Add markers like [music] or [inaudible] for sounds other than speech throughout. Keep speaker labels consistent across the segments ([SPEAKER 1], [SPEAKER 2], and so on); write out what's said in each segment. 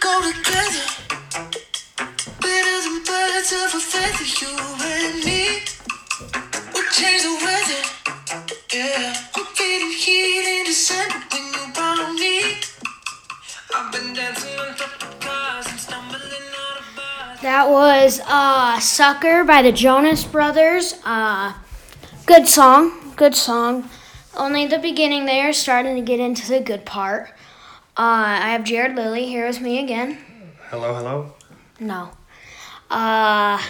[SPEAKER 1] go together. Better than birds of a feather, you and me. We'll change the weather, yeah. I'm feeling heat in December when you found me. I've been dancing on top of cars and stumbling out of bars.
[SPEAKER 2] That was uh, Sucker by the Jonas Brothers. Uh, good song, good song. Only the beginning there, starting to get into the good part. Uh, I have Jared Lilly. Here is me again.
[SPEAKER 3] Hello, hello.
[SPEAKER 2] No. Uh,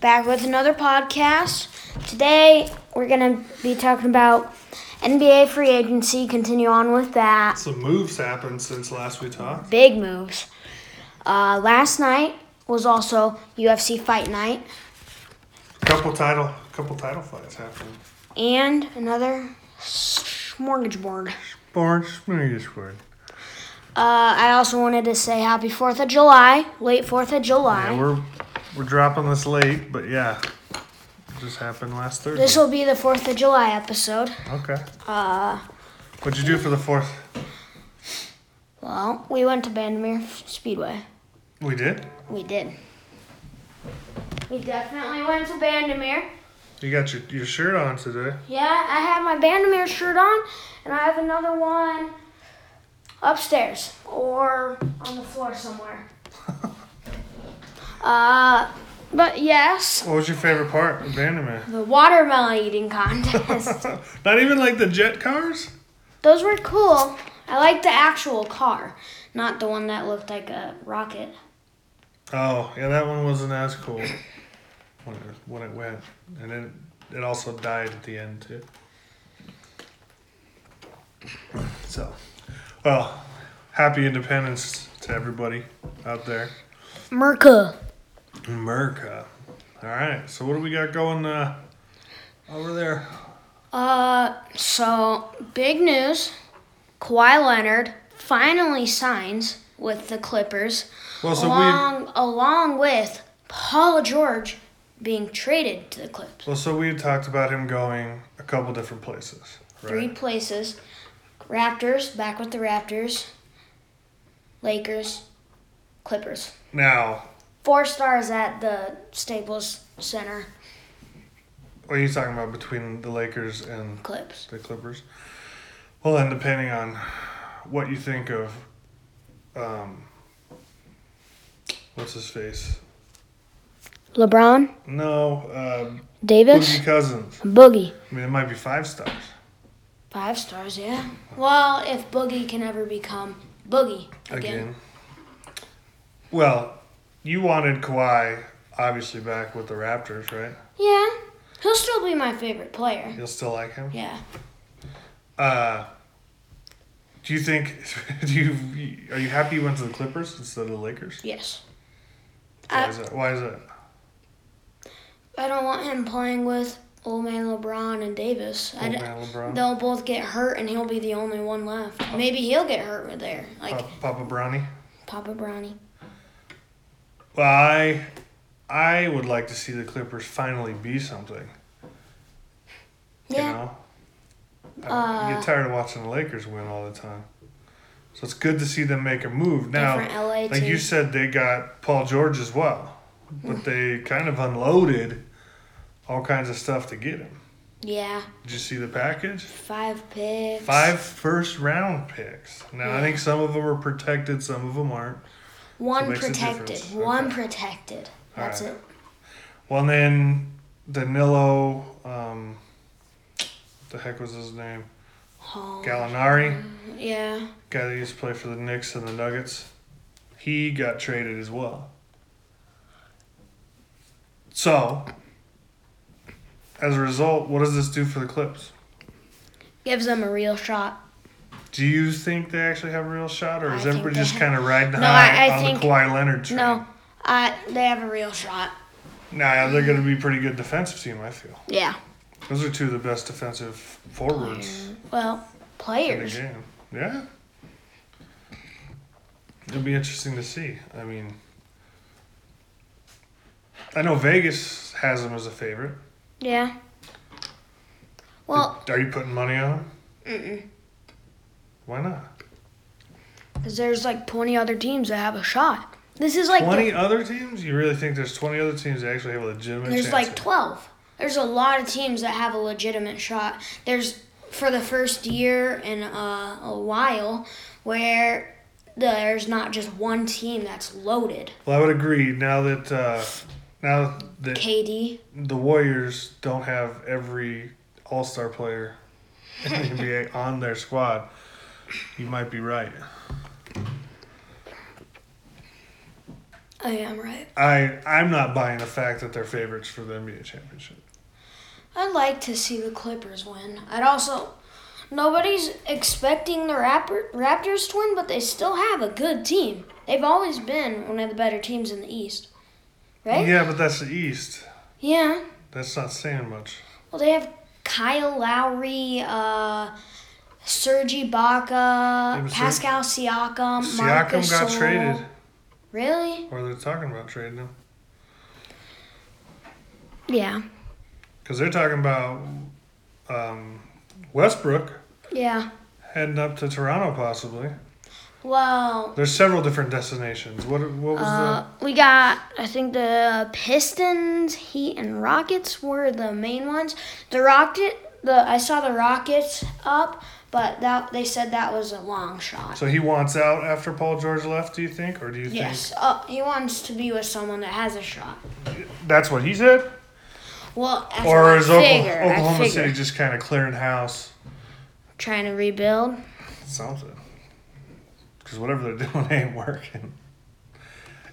[SPEAKER 2] back with another podcast. Today, we're going to be talking about NBA free agency, continue on with that.
[SPEAKER 3] Some moves happened since last we talked.
[SPEAKER 2] Big moves. Uh, last night was also UFC fight night.
[SPEAKER 3] Couple title, couple title fights happened.
[SPEAKER 2] and another mortgage board.
[SPEAKER 3] Born smorgasbord.
[SPEAKER 2] Uh, I also wanted to say happy 4th of July, late 4th of July.
[SPEAKER 3] Yeah, we're we're dropping this late, but yeah, it just happened last Thursday.
[SPEAKER 2] this will be the 4th of July episode.
[SPEAKER 3] okay.
[SPEAKER 2] Uh,
[SPEAKER 3] What'd you do for the fourth?
[SPEAKER 2] well, we went to Bandamere Speedway.
[SPEAKER 3] We did.
[SPEAKER 2] We did. We definitely went to Bandamere.
[SPEAKER 3] You got your your shirt on today.
[SPEAKER 2] Yeah, I have my Bandamere shirt on, and I have another one upstairs or on the floor
[SPEAKER 3] [laughs]
[SPEAKER 2] somewhere. uh, but yes,
[SPEAKER 3] What was your favorite part of Vandermeer?
[SPEAKER 2] The watermelon eating contest.
[SPEAKER 3] [laughs] Not even like the jet cars.
[SPEAKER 2] Those were cool. I like the actual car, not the one that looked like a rocket.
[SPEAKER 3] Oh yeah, that one wasn't as cool when it, when it went, and it it also died at the end too. So, well, happy Independence to everybody out there,
[SPEAKER 2] Merca.
[SPEAKER 3] America. All right, so what do we got going uh, over there?
[SPEAKER 2] Uh, so big news. Kawhi Leonard finally signs with the Clippers,
[SPEAKER 3] Well, so we
[SPEAKER 2] along along with Paul George being traded to the Clips.
[SPEAKER 3] well, so we had talked about him going a couple different places,
[SPEAKER 2] Three
[SPEAKER 3] right?
[SPEAKER 2] places. Raptors back with the Raptors. Lakers. Clippers.
[SPEAKER 3] Now,
[SPEAKER 2] four stars at the Staples Center
[SPEAKER 3] what are you talking about between the Lakers and
[SPEAKER 2] clips.
[SPEAKER 3] the Clippers. Well, then, depending on what you think of, um, what's his face?
[SPEAKER 2] LeBron,
[SPEAKER 3] No, um,
[SPEAKER 2] Davis,
[SPEAKER 3] Boogie Cousins.
[SPEAKER 2] Boogie.
[SPEAKER 3] I mean, it might be five stars.
[SPEAKER 2] Five stars, yeah. Well, if Boogie can ever become Boogie
[SPEAKER 3] again.
[SPEAKER 2] again.
[SPEAKER 3] Well, you wanted Kawhi obviously back with the Raptors, right?
[SPEAKER 2] Yeah, he'll still be my favorite player.
[SPEAKER 3] You'll still like him.
[SPEAKER 2] Yeah.
[SPEAKER 3] Uh, do you think? [laughs] Do you are you happy he went to the Clippers instead of the Lakers?
[SPEAKER 2] Yes.
[SPEAKER 3] Why
[SPEAKER 2] I,
[SPEAKER 3] is that? Why is that?
[SPEAKER 2] I don't want him playing with old man LeBron and Davis. I
[SPEAKER 3] Old
[SPEAKER 2] d-
[SPEAKER 3] man LeBron? Oh.
[SPEAKER 2] they'll both get hurt, and he'll be the only one left. Maybe he'll get hurt right there, like
[SPEAKER 3] Papa, Papa Brownie.
[SPEAKER 2] Papa Brownie.
[SPEAKER 3] Well, I I would like to see the Clippers finally be something. You
[SPEAKER 2] Yeah.
[SPEAKER 3] know? I
[SPEAKER 2] Uh,
[SPEAKER 3] get tired of watching the Lakers win all the time. So it's good to see them make a move. Now,
[SPEAKER 2] different LA
[SPEAKER 3] like you
[SPEAKER 2] team.
[SPEAKER 3] said, they got Paul George as well.
[SPEAKER 2] Mm-hmm.
[SPEAKER 3] But they kind of unloaded all kinds of stuff to get him.
[SPEAKER 2] Yeah.
[SPEAKER 3] Did you see the package?
[SPEAKER 2] Five picks.
[SPEAKER 3] Five first round picks. Now, I
[SPEAKER 2] Yeah.
[SPEAKER 3] think some of them are protected, some of them aren't.
[SPEAKER 2] One
[SPEAKER 3] makes a
[SPEAKER 2] protected.
[SPEAKER 3] difference.
[SPEAKER 2] One
[SPEAKER 3] Okay.
[SPEAKER 2] protected. That's
[SPEAKER 3] Alright.
[SPEAKER 2] it.
[SPEAKER 3] Well, and then Danilo, um, the heck was his name?
[SPEAKER 2] Oh,
[SPEAKER 3] Gallinari,
[SPEAKER 2] yeah.
[SPEAKER 3] guy that used to play for the Knicks and the Nuggets, he got traded as well. So, as a result, what does this do for the Clips?
[SPEAKER 2] Gives them a real shot.
[SPEAKER 3] Do you think they actually have a real shot, or
[SPEAKER 2] I
[SPEAKER 3] is
[SPEAKER 2] think
[SPEAKER 3] everybody
[SPEAKER 2] they
[SPEAKER 3] just
[SPEAKER 2] have-
[SPEAKER 3] kind of riding
[SPEAKER 2] No,
[SPEAKER 3] high
[SPEAKER 2] I- I
[SPEAKER 3] on
[SPEAKER 2] think-
[SPEAKER 3] the Kawhi Leonard train?
[SPEAKER 2] No, uh, they have a real shot.
[SPEAKER 3] Nah, they're going to be a pretty good defensive team, I feel.
[SPEAKER 2] Yeah.
[SPEAKER 3] Those are two of the best defensive forwards
[SPEAKER 2] Well,
[SPEAKER 3] in the
[SPEAKER 2] players.
[SPEAKER 3] game. Yeah. It'll be interesting to see. I mean, I know Vegas has them as a favorite.
[SPEAKER 2] Yeah. Well,
[SPEAKER 3] Are you putting money on them?
[SPEAKER 2] mm-mm.
[SPEAKER 3] Why not?
[SPEAKER 2] because there's like 20 other teams that have a shot. This is like the-
[SPEAKER 3] 20 other teams? You really think there's 20 other teams that actually have a legitimate
[SPEAKER 2] there's
[SPEAKER 3] chance?
[SPEAKER 2] like
[SPEAKER 3] at-
[SPEAKER 2] 12. There's a lot of teams that have a legitimate shot. There's for the first year in uh, a while where there's not just one team that's loaded.
[SPEAKER 3] well, I would agree now that uh, now that
[SPEAKER 2] KD,
[SPEAKER 3] the Warriors don't have every All Star player
[SPEAKER 2] [laughs]
[SPEAKER 3] in the NBA on their squad, you might be right.
[SPEAKER 2] I am Oh, right.
[SPEAKER 3] I I'm not buying the fact that they're favorites for the NBA championship.
[SPEAKER 2] I'd like to see the Clippers win. I'd also nobody's expecting the Raptor, Raptors to win, but they still have a good team. They've always been one of the better teams in the East, right?
[SPEAKER 3] Yeah, but that's the East.
[SPEAKER 2] Yeah.
[SPEAKER 3] That's not saying much.
[SPEAKER 2] Well, they have Kyle Lowry, uh, Serge Ibaka,
[SPEAKER 3] was Serge-
[SPEAKER 2] Pascal Siakam, Marc
[SPEAKER 3] Siakam got
[SPEAKER 2] Gasol.
[SPEAKER 3] traded,
[SPEAKER 2] Really?
[SPEAKER 3] or they're talking about trading him
[SPEAKER 2] Yeah.
[SPEAKER 3] because they're talking about um, Westbrook
[SPEAKER 2] Yeah.
[SPEAKER 3] heading up to Toronto possibly.
[SPEAKER 2] Well,
[SPEAKER 3] There's several different destinations. What what was
[SPEAKER 2] uh, we got. I think the Pistons, Heat, and Rockets were the main ones. The Rocket, the I saw the Rockets up, but that they said that was a long
[SPEAKER 3] the?
[SPEAKER 2] shot.
[SPEAKER 3] So he wants out after Paul George left. Do you think, or do you
[SPEAKER 2] Yes. Uh, he wants to be with someone that has a shot.
[SPEAKER 3] think that's what he said,
[SPEAKER 2] Well, that's what
[SPEAKER 3] or
[SPEAKER 2] I
[SPEAKER 3] is Oklahoma,
[SPEAKER 2] figure, I
[SPEAKER 3] Oklahoma
[SPEAKER 2] figure.
[SPEAKER 3] City just kind of clearing house?
[SPEAKER 2] trying to rebuild?
[SPEAKER 3] Something. Because whatever they're [laughs] doing ain't working.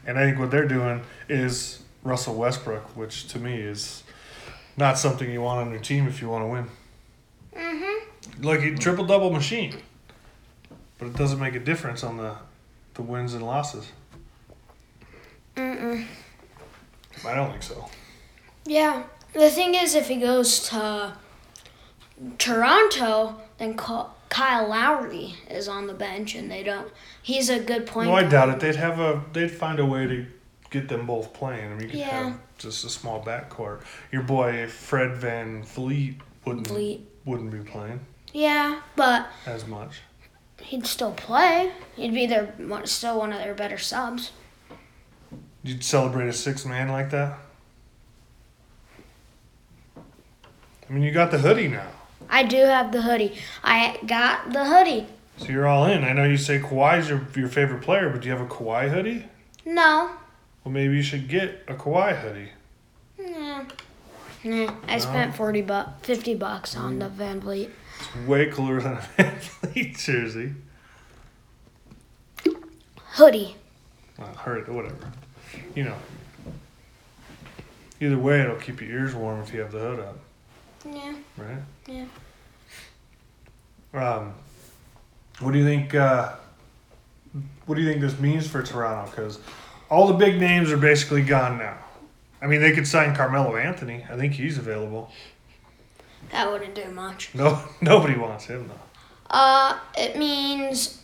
[SPEAKER 3] And I think what they're doing is Russell Westbrook, which to me is not something you want on your team if you want to win. Mm-hmm. Like a triple double machine, but it doesn't make a difference on the the wins and losses.
[SPEAKER 2] Mm-mm.
[SPEAKER 3] I don't think so.
[SPEAKER 2] Yeah. The thing is, if he goes to Toronto, then Ky- Kyle Lowry is on the bench, and they don't. He's a good point.
[SPEAKER 3] No, I
[SPEAKER 2] guard.
[SPEAKER 3] doubt it. They'd have a they'd find a way to get them both playing. I mean, you could
[SPEAKER 2] Yeah.
[SPEAKER 3] have just a small backcourt. Your boy Fred Van Fleet wouldn't
[SPEAKER 2] Vliet.
[SPEAKER 3] wouldn't be playing
[SPEAKER 2] Yeah, but
[SPEAKER 3] as much.
[SPEAKER 2] he'd still play. He'd be their one- still one of their better subs.
[SPEAKER 3] You'd celebrate a six man like that? I mean, you got the hoodie now,
[SPEAKER 2] I do have the hoodie. I got the hoodie.
[SPEAKER 3] so you're all in. I know you say Kawhi's your, your favorite player, but do you have a Kawhi hoodie?
[SPEAKER 2] No.
[SPEAKER 3] Well, maybe you should get a Kawhi hoodie.
[SPEAKER 2] Nah. Nah. I spent forty bu- fifty bucks on the Van Vliet.
[SPEAKER 3] It's way cooler than a [laughs] Van Fleet jersey.
[SPEAKER 2] Hoodie.
[SPEAKER 3] Well, uh, hurt, whatever. You know. Either way, it'll keep your ears warm if you have the hood up,
[SPEAKER 2] Yeah.
[SPEAKER 3] right?
[SPEAKER 2] Yeah.
[SPEAKER 3] Um, what do you think? Uh, what do you think this means for Toronto? Because all the big names are basically gone now. I mean, they could sign Carmelo Anthony. I think he's available.
[SPEAKER 2] That wouldn't do much.
[SPEAKER 3] No, [laughs] nobody wants him though.
[SPEAKER 2] Uh, it means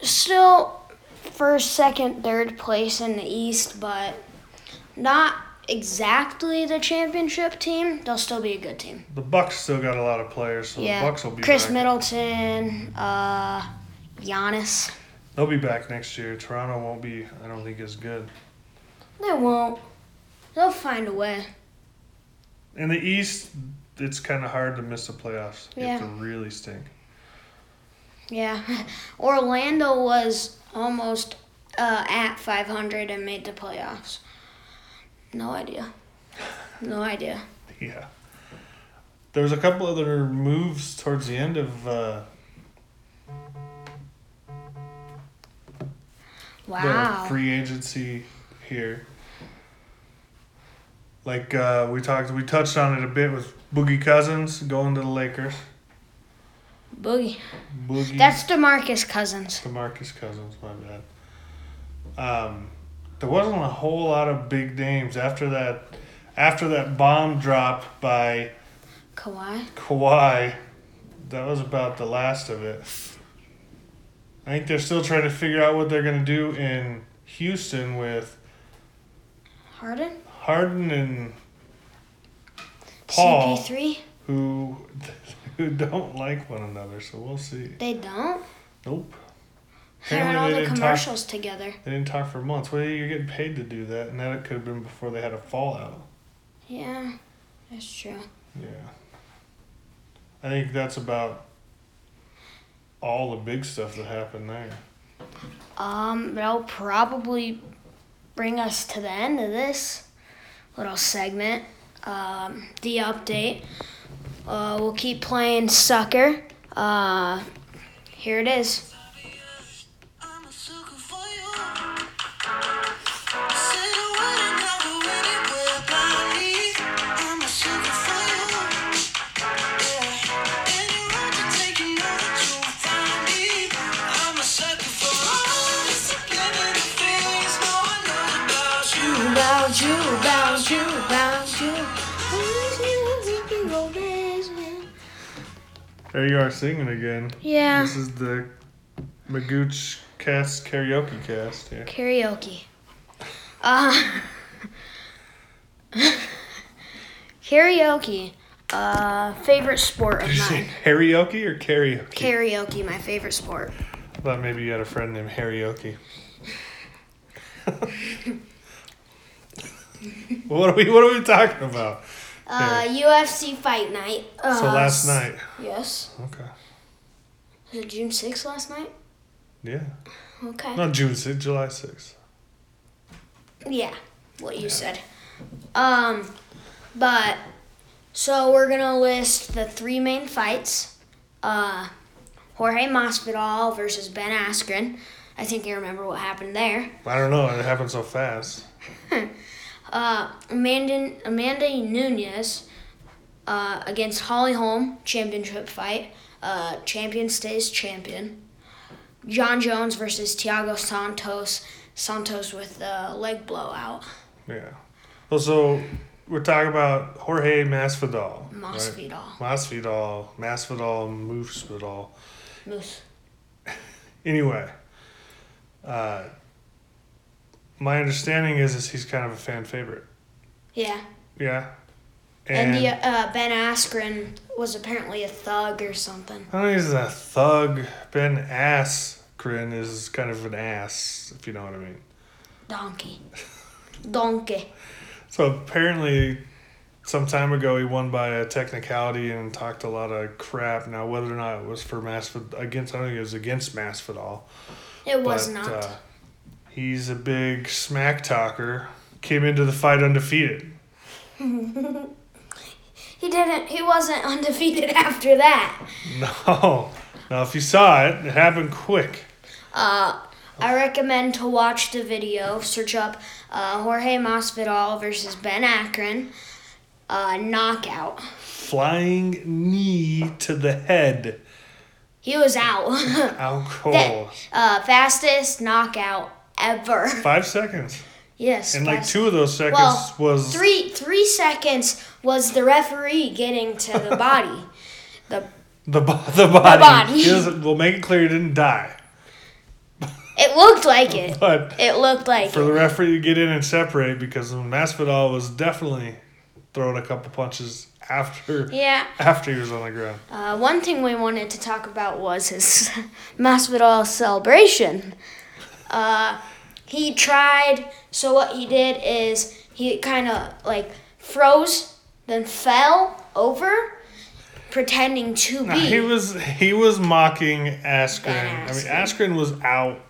[SPEAKER 2] still first, second, third place in the East, but not exactly the championship team. They'll still be a good team.
[SPEAKER 3] The Bucks still got a lot of players, so
[SPEAKER 2] Yeah.
[SPEAKER 3] the Bucks will be
[SPEAKER 2] Chris
[SPEAKER 3] back.
[SPEAKER 2] Middleton, uh, Giannis.
[SPEAKER 3] They'll be back next year. Toronto won't be. I don't think as good.
[SPEAKER 2] They won't. They'll find a way.
[SPEAKER 3] In the East, it's kind of hard to miss the playoffs. You have
[SPEAKER 2] Yeah.
[SPEAKER 3] to really stink.
[SPEAKER 2] Yeah. [laughs] Orlando was almost uh, at 500 and made the playoffs. No idea. No idea.
[SPEAKER 3] [laughs] Yeah. There was a couple other moves towards the end of uh,
[SPEAKER 2] Wow.
[SPEAKER 3] the free agency here. Like uh, we talked, we touched on it a bit with Boogie Cousins going to the Lakers.
[SPEAKER 2] Boogie.
[SPEAKER 3] Boogie,
[SPEAKER 2] That's DeMarcus Cousins.
[SPEAKER 3] Demarcus Cousins. My bad. Um, there wasn't a whole lot of big names after that. After that bomb drop by
[SPEAKER 2] Kawhi.
[SPEAKER 3] Kawhi, that was about the last of it. I think they're still trying to figure out what they're gonna do in Houston with
[SPEAKER 2] Harden.
[SPEAKER 3] Harden and Paul.
[SPEAKER 2] CP3.
[SPEAKER 3] [laughs] who who don't like one another. So we'll see.
[SPEAKER 2] They don't.
[SPEAKER 3] Nope.
[SPEAKER 2] They're in
[SPEAKER 3] Apparently
[SPEAKER 2] all
[SPEAKER 3] they
[SPEAKER 2] the
[SPEAKER 3] didn't talk-
[SPEAKER 2] commercials together.
[SPEAKER 3] They didn't talk for months. Well, you're getting paid to do that, and that could have been before they had a fallout.
[SPEAKER 2] Yeah, that's true.
[SPEAKER 3] Yeah. I think that's about all the big stuff that happened there.
[SPEAKER 2] Um, that'll probably bring us to the end of this little segment. Um, the update. Uh, we'll keep playing Sucker. Uh, here it is.
[SPEAKER 1] I'm a sucker for you. Say the word and I'll go anywhere by me. I'm a sucker for you. Yeah. Any road you take, you know that you'll find me. I'm a sucker for all the subliminal things no one knows about you.
[SPEAKER 2] About you, about you, about you.
[SPEAKER 3] There you are singing again.
[SPEAKER 2] Yeah,
[SPEAKER 3] This is the Magooch cast karaoke cast here.
[SPEAKER 2] karaoke. Uh, [laughs] karaoke. Uh, favorite sport
[SPEAKER 3] Did
[SPEAKER 2] of
[SPEAKER 3] you say
[SPEAKER 2] mine.
[SPEAKER 3] karaoke or karaoke?
[SPEAKER 2] Karaoke, my favorite sport.
[SPEAKER 3] I thought maybe you had a friend
[SPEAKER 2] [laughs]
[SPEAKER 3] named Karaoke. what are we what are we talking about?
[SPEAKER 2] Uh, UFC fight night. Uh,
[SPEAKER 3] So last night.
[SPEAKER 2] Yes.
[SPEAKER 3] Okay.
[SPEAKER 2] Was it June 6th last night?
[SPEAKER 3] Yeah.
[SPEAKER 2] Okay.
[SPEAKER 3] Not June 6th, July 6th.
[SPEAKER 2] Yeah, what you said. Um, but, so we're going to list the three main fights. Uh, Jorge Masvidal versus Ben Askren. I think you remember what happened there.
[SPEAKER 3] I don't know, it happened so fast.
[SPEAKER 2] Uh, Amanda, Amanda Nunez uh, against Holly Holm, championship fight. Uh, champion stays champion. John Jones versus Thiago Santos. Santos with the leg blowout.
[SPEAKER 3] Yeah. Well, so we're talking about Jorge Masvidal. right?
[SPEAKER 2] Masvidal.
[SPEAKER 3] Masvidal, Masvidal, Moosvidal.
[SPEAKER 2] Moose.
[SPEAKER 3] Anyway, uh, my understanding is is he's kind of a fan favorite.
[SPEAKER 2] Yeah.
[SPEAKER 3] Yeah.
[SPEAKER 2] And, the, uh, Ben Askren was apparently a thug or something.
[SPEAKER 3] I don't know, he's a thug. Ben Askren is kind of an ass, if you know what I mean. [laughs]
[SPEAKER 2] Donkey. Donkey.
[SPEAKER 3] So apparently, some time ago, he won by a technicality and talked a lot of crap. Now, whether or not it was for Masvidal against, I don't think it was against Masvidal.
[SPEAKER 2] It was
[SPEAKER 3] but,
[SPEAKER 2] not.
[SPEAKER 3] uh, he's a big smack talker. Came into the fight undefeated.
[SPEAKER 2] he didn't. He wasn't [laughs] undefeated after that.
[SPEAKER 3] [laughs] No, now if you saw it, it happened quick.
[SPEAKER 2] Uh, I recommend to watch the video. Search up uh, Jorge Masvidal versus Ben Askren uh, knockout.
[SPEAKER 3] Flying knee to the head.
[SPEAKER 2] He was
[SPEAKER 3] Oh.
[SPEAKER 2] out. [laughs]
[SPEAKER 3] Alcohol.
[SPEAKER 2] uh, fastest knockout ever. [laughs]
[SPEAKER 3] Five seconds,
[SPEAKER 2] Yes.
[SPEAKER 3] and like
[SPEAKER 2] fast-
[SPEAKER 3] two of those seconds
[SPEAKER 2] Well,
[SPEAKER 3] was
[SPEAKER 2] three three seconds was the referee getting to the body. The
[SPEAKER 3] [laughs] the bo- the body.
[SPEAKER 2] body.
[SPEAKER 3] He doesn't- we'll make it clear he didn't die,
[SPEAKER 2] it looked like it.
[SPEAKER 3] but
[SPEAKER 2] It looked like
[SPEAKER 3] for
[SPEAKER 2] it.
[SPEAKER 3] the referee to get in and separate because Masvidal was definitely throwing a couple punches after
[SPEAKER 2] Yeah.
[SPEAKER 3] after he was on the ground.
[SPEAKER 2] Uh, one thing we wanted to talk about was his [laughs] Masvidal celebration. Uh, he tried. So what he did is he kind of like froze, then fell over, pretending to be.
[SPEAKER 3] He was he was mocking Askren.
[SPEAKER 2] Ben
[SPEAKER 3] I mean, Askren was out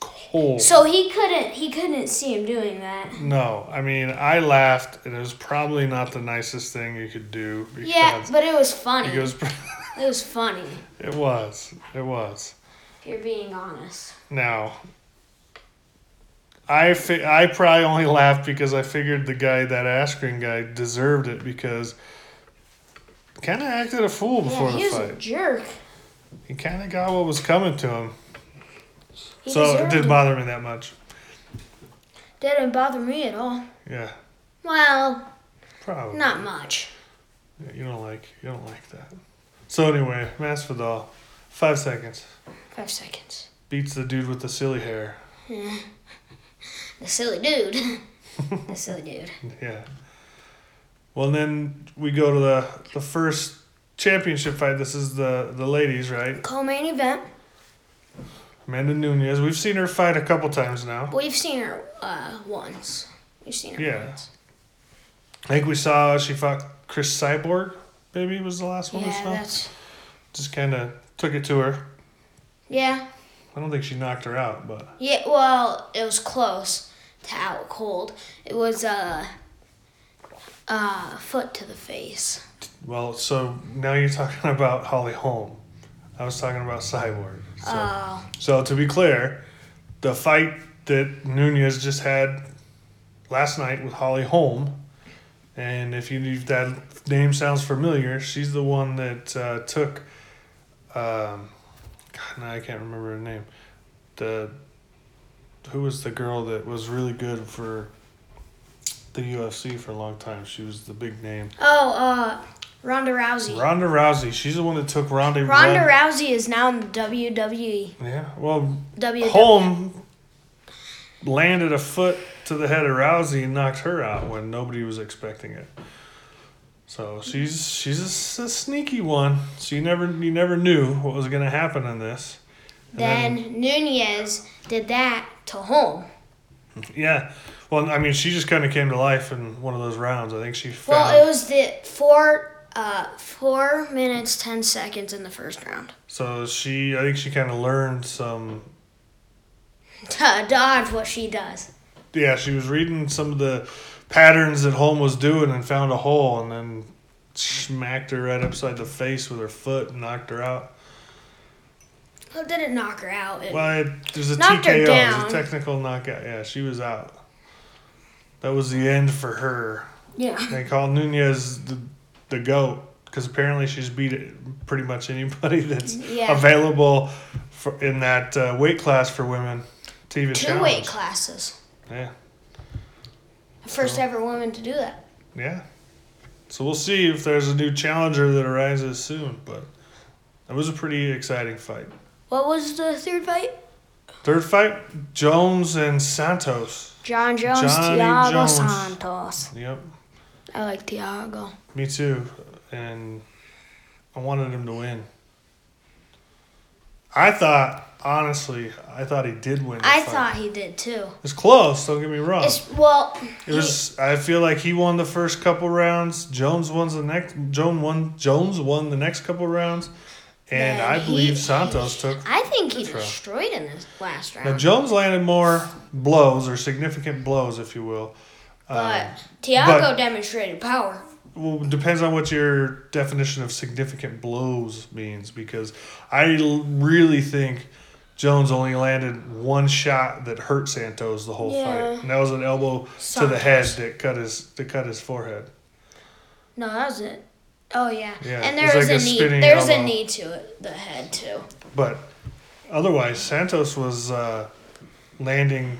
[SPEAKER 3] cold.
[SPEAKER 2] so he couldn't. He couldn't see him doing that.
[SPEAKER 3] no, I mean, I laughed, and it was probably not the nicest thing you could do. Because
[SPEAKER 2] Yeah, but it was funny.
[SPEAKER 3] it was,
[SPEAKER 2] It was funny.
[SPEAKER 3] [laughs] it was, it was.
[SPEAKER 2] If you're being honest.
[SPEAKER 3] Now, I fi- I probably only laughed because I figured the guy that Askren guy deserved it because kind of acted a fool before
[SPEAKER 2] Yeah, he
[SPEAKER 3] the
[SPEAKER 2] was a
[SPEAKER 3] fight.
[SPEAKER 2] jerk.
[SPEAKER 3] He kind of got what was coming to him,
[SPEAKER 2] He
[SPEAKER 3] so it
[SPEAKER 2] deserved
[SPEAKER 3] didn't bother me that much.
[SPEAKER 2] Didn't bother me at all.
[SPEAKER 3] Yeah,
[SPEAKER 2] Well,
[SPEAKER 3] probably.
[SPEAKER 2] not much.
[SPEAKER 3] Yeah, you don't like you don't like that. So anyway, Masvidal, five seconds,
[SPEAKER 2] Five seconds.
[SPEAKER 3] beats the dude with the silly hair.
[SPEAKER 2] The silly
[SPEAKER 3] [laughs]
[SPEAKER 2] dude. the silly dude.
[SPEAKER 3] Yeah. Well, and then we go to the the first championship fight. This is the the ladies, right?
[SPEAKER 2] Co-main event.
[SPEAKER 3] Amanda Nunez. We've seen her fight a couple times now.
[SPEAKER 2] We've seen her uh, once. We've seen her
[SPEAKER 3] Yeah.
[SPEAKER 2] once.
[SPEAKER 3] I think we saw she fought Chris Cyborg. Maybe was the last one we
[SPEAKER 2] Yeah,
[SPEAKER 3] saw.
[SPEAKER 2] that's
[SPEAKER 3] Just kind of took it to her.
[SPEAKER 2] yeah.
[SPEAKER 3] I don't think she knocked her out, but
[SPEAKER 2] Yeah, well, it was close to out cold. It was uh, uh, foot to the face.
[SPEAKER 3] well, so now you're [laughs] talking about Holly Holm. I was talking about Cyborg. So,
[SPEAKER 2] Uh,
[SPEAKER 3] so to be clear, the fight that Nunez just had last night with Holly Holm, and if you if that name sounds familiar, she's the one that uh, took. Um, God, now I can't remember her name. The who was the girl that was really good for the UFC for a long time? She was the big name.
[SPEAKER 2] oh, uh, Ronda Rousey.
[SPEAKER 3] Ronda Rousey. She's the one that took Ronda.
[SPEAKER 2] Ronda
[SPEAKER 3] Rousey.
[SPEAKER 2] Rousey is now in the E. WWE.
[SPEAKER 3] Yeah. Well,
[SPEAKER 2] WWE.
[SPEAKER 3] Holm landed a foot to the head of Rousey and knocked her out when nobody was expecting it. So she's she's a, s- a sneaky one. So you never you never knew what was going to happen in this. And
[SPEAKER 2] Then Nunez did that to Holm.
[SPEAKER 3] yeah. Well, I mean, she just kind of came to life in one of those rounds. I think she found.
[SPEAKER 2] Well, it was the four, uh, four minutes ten seconds in the first round. [laughs]
[SPEAKER 3] so she, I think she kind of learned some
[SPEAKER 2] To Uh, dodge what she does.
[SPEAKER 3] Yeah, she was reading some of the patterns that Holm was doing and found a hole and then smacked her right upside the face with her foot and knocked her out.
[SPEAKER 2] Well, it didn't knock her out. It,
[SPEAKER 3] Well, it, there's a
[SPEAKER 2] Knocked her
[SPEAKER 3] TKO, there's
[SPEAKER 2] down.
[SPEAKER 3] a technical knockout. Yeah, she was out. That was the end for her.
[SPEAKER 2] yeah.
[SPEAKER 3] They call Nunez the, the GOAT because apparently she's beat it- pretty much anybody [laughs] that's
[SPEAKER 2] Yeah.
[SPEAKER 3] available for, in that uh, weight class for women. TV
[SPEAKER 2] Two
[SPEAKER 3] challenge.
[SPEAKER 2] weight classes.
[SPEAKER 3] Yeah.
[SPEAKER 2] The first ever woman to do that.
[SPEAKER 3] Yeah. So we'll see if there's a new challenger that arises soon, but that was a pretty exciting fight.
[SPEAKER 2] What was the third fight?
[SPEAKER 3] Third fight, Jones and Santos.
[SPEAKER 2] John Jones,
[SPEAKER 3] Johnny
[SPEAKER 2] Thiago
[SPEAKER 3] Jones.
[SPEAKER 2] Santos.
[SPEAKER 3] Yep,
[SPEAKER 2] I like Thiago.
[SPEAKER 3] me too. And I wanted him to win. I thought, honestly, I thought he did win. the
[SPEAKER 2] I
[SPEAKER 3] fight.
[SPEAKER 2] thought he did too.
[SPEAKER 3] it's close. Don't get me wrong.
[SPEAKER 2] It's well,
[SPEAKER 3] It was. I feel like he won the first couple rounds. Jones won the next. Jones won. Jones won the next couple rounds, and
[SPEAKER 2] Then
[SPEAKER 3] I
[SPEAKER 2] he-
[SPEAKER 3] believe Santos took.
[SPEAKER 2] I think he
[SPEAKER 3] That's right.
[SPEAKER 2] destroyed in this last round.
[SPEAKER 3] Now Jones landed more blows or significant blows, if you will.
[SPEAKER 2] but
[SPEAKER 3] Um,
[SPEAKER 2] Thiago
[SPEAKER 3] but-
[SPEAKER 2] demonstrated power.
[SPEAKER 3] well, it depends on what your definition of significant blows means, because I l- really think Jones only landed one shot that hurt Santos the whole
[SPEAKER 2] Yeah.
[SPEAKER 3] fight, and that was an elbow to the head that cut his that cut his forehead.
[SPEAKER 2] No, that was it. Oh yeah,
[SPEAKER 3] Yeah,
[SPEAKER 2] and
[SPEAKER 3] it's
[SPEAKER 2] there was
[SPEAKER 3] like a
[SPEAKER 2] a knee.
[SPEAKER 3] spinning
[SPEAKER 2] There was a
[SPEAKER 3] elbow.
[SPEAKER 2] knee to it, the head too.
[SPEAKER 3] But otherwise, Santos was uh, landing.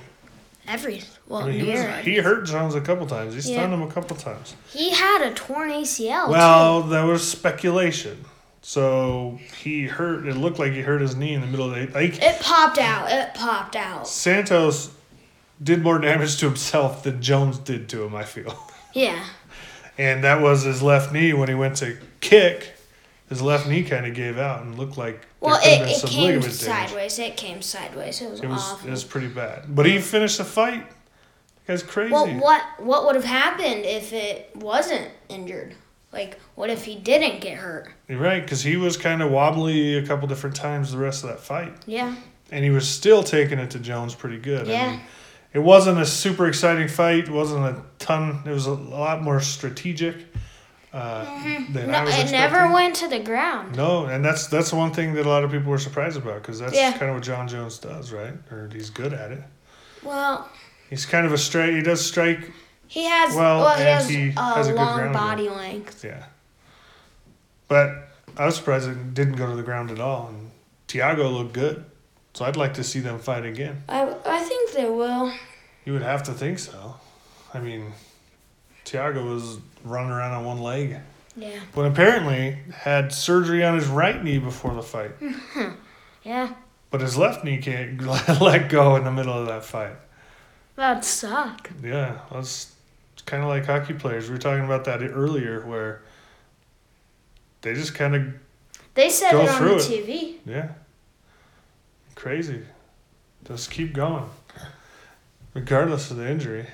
[SPEAKER 2] Every well,
[SPEAKER 3] I mean, he, was,
[SPEAKER 2] near.
[SPEAKER 3] he hurt Jones a couple times. He stunned
[SPEAKER 2] Yeah.
[SPEAKER 3] him a couple times.
[SPEAKER 2] He had a torn ACL.
[SPEAKER 3] Well, there was speculation. So he hurt. It looked like he hurt his knee in the middle of the.
[SPEAKER 2] too.
[SPEAKER 3] Like
[SPEAKER 2] it popped out. It popped out.
[SPEAKER 3] Santos did more damage to himself than Jones did to him. I feel,
[SPEAKER 2] Yeah,
[SPEAKER 3] and that was his left knee when he went to kick. His left knee kind of gave out and looked like there
[SPEAKER 2] well,
[SPEAKER 3] could have been
[SPEAKER 2] it, it
[SPEAKER 3] some
[SPEAKER 2] came
[SPEAKER 3] ligament damage.
[SPEAKER 2] sideways. It came sideways. It was,
[SPEAKER 3] It was
[SPEAKER 2] awful.
[SPEAKER 3] it was pretty bad. But he finished the fight. That's crazy.
[SPEAKER 2] Well, what what would have happened if it wasn't injured? Like, what if he didn't get hurt?
[SPEAKER 3] You're right, because he was kind of wobbly a couple different times the rest of that fight,
[SPEAKER 2] Yeah.
[SPEAKER 3] and he was still taking it to Jones pretty good. I
[SPEAKER 2] Yeah.
[SPEAKER 3] mean, it wasn't a super exciting fight. It wasn't a ton. It was a lot more strategic uh, than I
[SPEAKER 2] Mm-hmm. No,
[SPEAKER 3] was
[SPEAKER 2] it
[SPEAKER 3] expecting.
[SPEAKER 2] never went to the ground.
[SPEAKER 3] No, and that's that's one thing that a lot of people were surprised about because that's
[SPEAKER 2] Yeah.
[SPEAKER 3] kind of what John Jones does, right? Or he's good at it.
[SPEAKER 2] Well,
[SPEAKER 3] He's kind of a straight. He does strike.
[SPEAKER 2] he has
[SPEAKER 3] Well,
[SPEAKER 2] well, he
[SPEAKER 3] and
[SPEAKER 2] has
[SPEAKER 3] he
[SPEAKER 2] a
[SPEAKER 3] has a good
[SPEAKER 2] long
[SPEAKER 3] ground
[SPEAKER 2] body length.
[SPEAKER 3] Yeah. But I was surprised it didn't go to the ground at all. And Tiago looked good. So I'd like to see them fight again.
[SPEAKER 2] I I think they will.
[SPEAKER 3] You would have to think so. I mean, Tiago was running around on one leg.
[SPEAKER 2] Yeah.
[SPEAKER 3] But apparently had surgery on his right knee before the fight.
[SPEAKER 2] Yeah.
[SPEAKER 3] But his left knee can't [laughs] let go in the middle of that fight.
[SPEAKER 2] That suck.
[SPEAKER 3] Yeah, that's kind of like hockey players. We were talking about that earlier where they just kind of
[SPEAKER 2] They said
[SPEAKER 3] Go
[SPEAKER 2] it on the
[SPEAKER 3] through it.
[SPEAKER 2] TV.
[SPEAKER 3] Yeah. Crazy. Just keep going, regardless of the injury.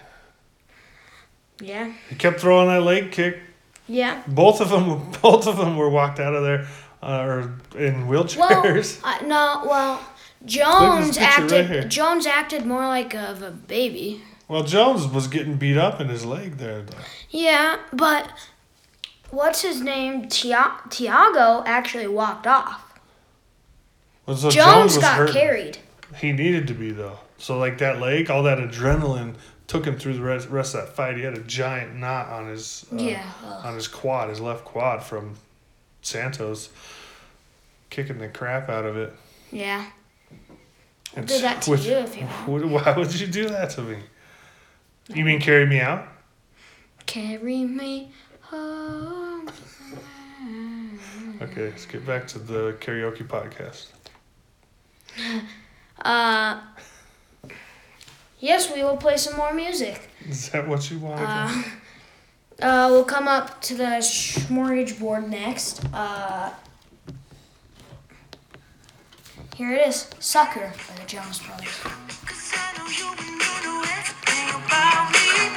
[SPEAKER 2] Yeah.
[SPEAKER 3] He kept throwing that leg kick.
[SPEAKER 2] [laughs] Yeah.
[SPEAKER 3] Both of them, [laughs] both of them were walked out of there, uh, or in
[SPEAKER 2] Well,
[SPEAKER 3] wheelchairs.
[SPEAKER 2] uh, no. Well, Jones
[SPEAKER 3] picture right
[SPEAKER 2] acted.
[SPEAKER 3] here.
[SPEAKER 2] Jones acted more like of a baby.
[SPEAKER 3] Well, Jones was getting beat up in his leg there. Though.
[SPEAKER 2] Yeah, but what's his name? Tia- Tiago actually walked off.
[SPEAKER 3] Well, so
[SPEAKER 2] Jones,
[SPEAKER 3] was
[SPEAKER 2] got
[SPEAKER 3] hurt.
[SPEAKER 2] carried.
[SPEAKER 3] He needed to be though. So like that leg, all that adrenaline took him through the rest, rest of that fight. He had a giant knot on his uh,
[SPEAKER 2] Yeah, ugh.
[SPEAKER 3] on his quad, his left quad from Santos kicking the crap out of it.
[SPEAKER 2] Yeah.
[SPEAKER 3] And
[SPEAKER 2] Do that to
[SPEAKER 3] which-
[SPEAKER 2] you if you
[SPEAKER 3] wh- [laughs] Why would you do that to me? You mean carry me out?
[SPEAKER 2] Carry me home. Mm-hmm.
[SPEAKER 3] Okay, let's get back to the karaoke podcast.
[SPEAKER 2] Uh. Yes, we will play some more music.
[SPEAKER 3] Is that what you want?
[SPEAKER 2] Uh, uh, we'll come up to the sh- mortgage board next. Uh, here it is, "Sucker" by the Jonas Brothers.
[SPEAKER 1] Cause I know you and you know everything about me.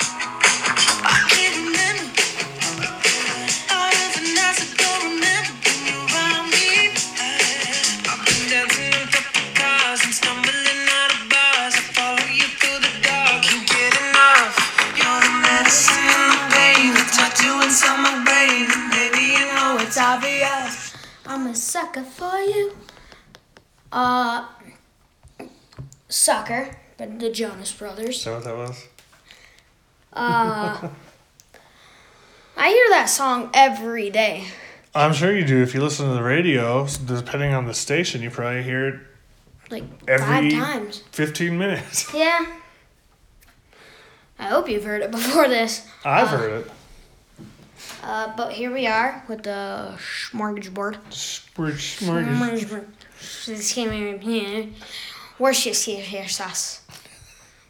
[SPEAKER 1] I can't remember all of the nights I don't remember when you around me. I've been dancing on top of cars and stumbling out of bars. I follow you through the dark, can't get enough. You're the medicine and the pain, the tattoo inside my brain. And baby, you know it's obvious.
[SPEAKER 2] I'm a sucker for you. Uh, sucker, but the Jonas
[SPEAKER 3] Is
[SPEAKER 2] Brothers.
[SPEAKER 3] that what that was?
[SPEAKER 2] Uh, [laughs] I hear that song every day.
[SPEAKER 3] I'm sure you do. If you listen to the radio, s- depending on the station, you probably hear it
[SPEAKER 2] Like
[SPEAKER 3] Every-
[SPEAKER 2] five times.
[SPEAKER 3] 15 minutes.
[SPEAKER 2] Yeah. I hope you've heard it before this.
[SPEAKER 3] I've heard it.
[SPEAKER 2] Uh, but here we are with the sh- mortgage board.
[SPEAKER 3] Smorgas- smorgas-
[SPEAKER 2] Mortgage board. This came in here. Where's your here here sauce?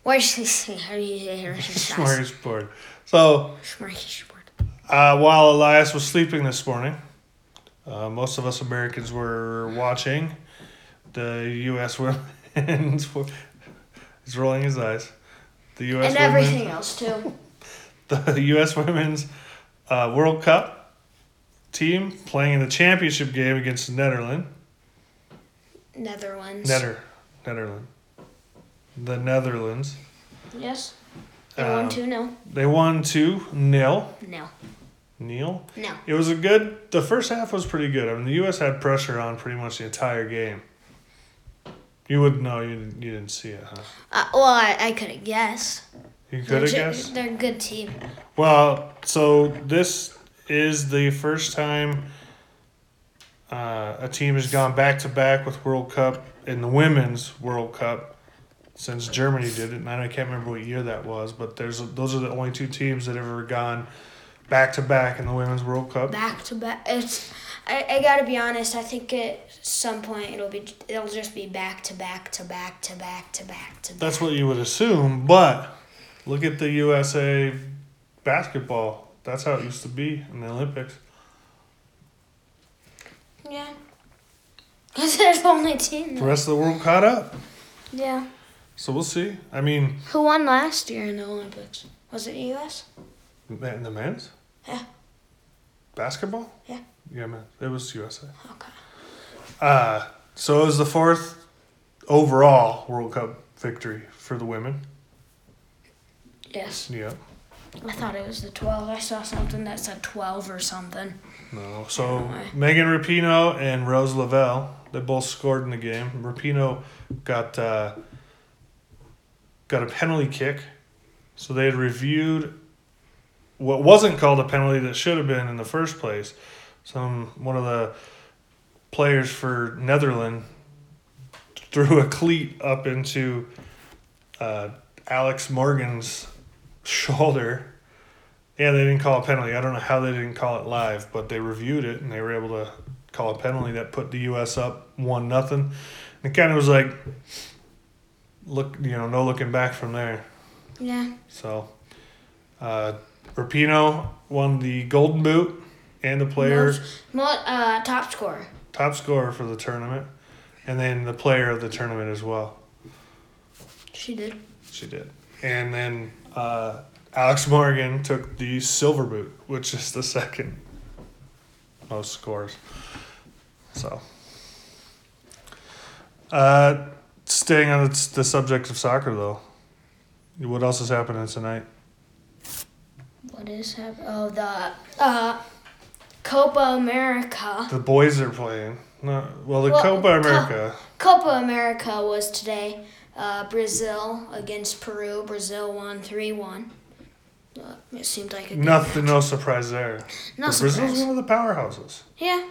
[SPEAKER 2] Where's this here here here sauce?
[SPEAKER 3] Smorgasbord. So,
[SPEAKER 2] Mortgage board.
[SPEAKER 3] uh, while Elias was sleeping this morning, uh, most of us Americans were watching the U.S. [laughs] women's. wo- He's rolling his eyes. The U.S.
[SPEAKER 2] and
[SPEAKER 3] women-
[SPEAKER 2] everything else too.
[SPEAKER 3] the [laughs] U.S. Women's uh, World Cup team playing in the championship game against Netherlands.
[SPEAKER 2] Netherlands.
[SPEAKER 3] Netter, Netherlands. The Netherlands.
[SPEAKER 2] Yes. They won
[SPEAKER 3] Um,
[SPEAKER 2] two. No.
[SPEAKER 3] They won two nil.
[SPEAKER 2] No.
[SPEAKER 3] Neil.
[SPEAKER 2] No.
[SPEAKER 3] It was a good. The first half was pretty good. I mean, the U.S. had pressure on pretty much the entire game. You wouldn't know. You didn't, you didn't see it, huh?
[SPEAKER 2] Uh, well, I, I could have guessed.
[SPEAKER 3] You could have
[SPEAKER 2] They're ju-
[SPEAKER 3] guessed.
[SPEAKER 2] They're a good team.
[SPEAKER 3] Well, so this is the first time uh, a team has gone back to back with World Cup in the Women's World Cup since Germany did it, and I can't remember what year that was. But there's those are the only two teams that ever gone back to back in the Women's World Cup.
[SPEAKER 2] Back to back. It's. I, I gotta be honest. I think at some point it'll be. It'll just be back to back to back to back to back to. back.
[SPEAKER 3] That's what you would assume, but look at the USA basketball. That's how it used to be in the Olympics.
[SPEAKER 2] Yeah. [laughs] Cause there's only team.
[SPEAKER 3] The
[SPEAKER 2] that-
[SPEAKER 3] rest of the world caught up.
[SPEAKER 2] Yeah.
[SPEAKER 3] So we'll see. I mean,
[SPEAKER 2] Who won last year in the Olympics? Was it U.S.?
[SPEAKER 3] in the men's?
[SPEAKER 2] Yeah.
[SPEAKER 3] Basketball?
[SPEAKER 2] Yeah.
[SPEAKER 3] Yeah, man. It was USA.
[SPEAKER 2] Okay.
[SPEAKER 3] Uh, so it was the fourth overall World Cup victory for the women.
[SPEAKER 2] Yes.
[SPEAKER 3] Yeah.
[SPEAKER 2] I thought it was the 12. I saw something that said 12 or something.
[SPEAKER 3] No. So Megan Rapino and Rose Lavelle, they both scored in the game. Rapino got uh, got a penalty kick, so they had reviewed what wasn't called a penalty that should have been in the first place. Some one of the players for Netherland threw a cleat up into uh, Alex Morgan's [laughs] shoulder. Yeah, they didn't call a penalty. I don't know how they didn't call it live, but they reviewed it and they were able to call a penalty that put the U.S. up one nothing. And it kind of was like, look, you know, no looking back from there.
[SPEAKER 2] Yeah.
[SPEAKER 3] So, uh, Rapino won the Golden Boot and the player
[SPEAKER 2] Most, mo- uh, top scorer.
[SPEAKER 3] top scorer for the tournament, and then the player of the tournament as well.
[SPEAKER 2] She did.
[SPEAKER 3] She did. And then uh, Alex Morgan took the silver boot, which is the second most scores. So, uh, staying on the, the subject of soccer, though, what else is happening tonight?
[SPEAKER 2] What is happening? Oh, the uh, Copa America.
[SPEAKER 3] The boys are playing. No, well, the
[SPEAKER 2] Well,
[SPEAKER 3] Copa
[SPEAKER 2] Co-
[SPEAKER 3] America.
[SPEAKER 2] Copa America was today. Uh, Brazil against Peru. Brazil won 3 1. Uh, it seemed like a good
[SPEAKER 3] Nothing, no surprise there.
[SPEAKER 2] No
[SPEAKER 3] But Brazil's
[SPEAKER 2] surprise.
[SPEAKER 3] one of the powerhouses.
[SPEAKER 2] Yeah.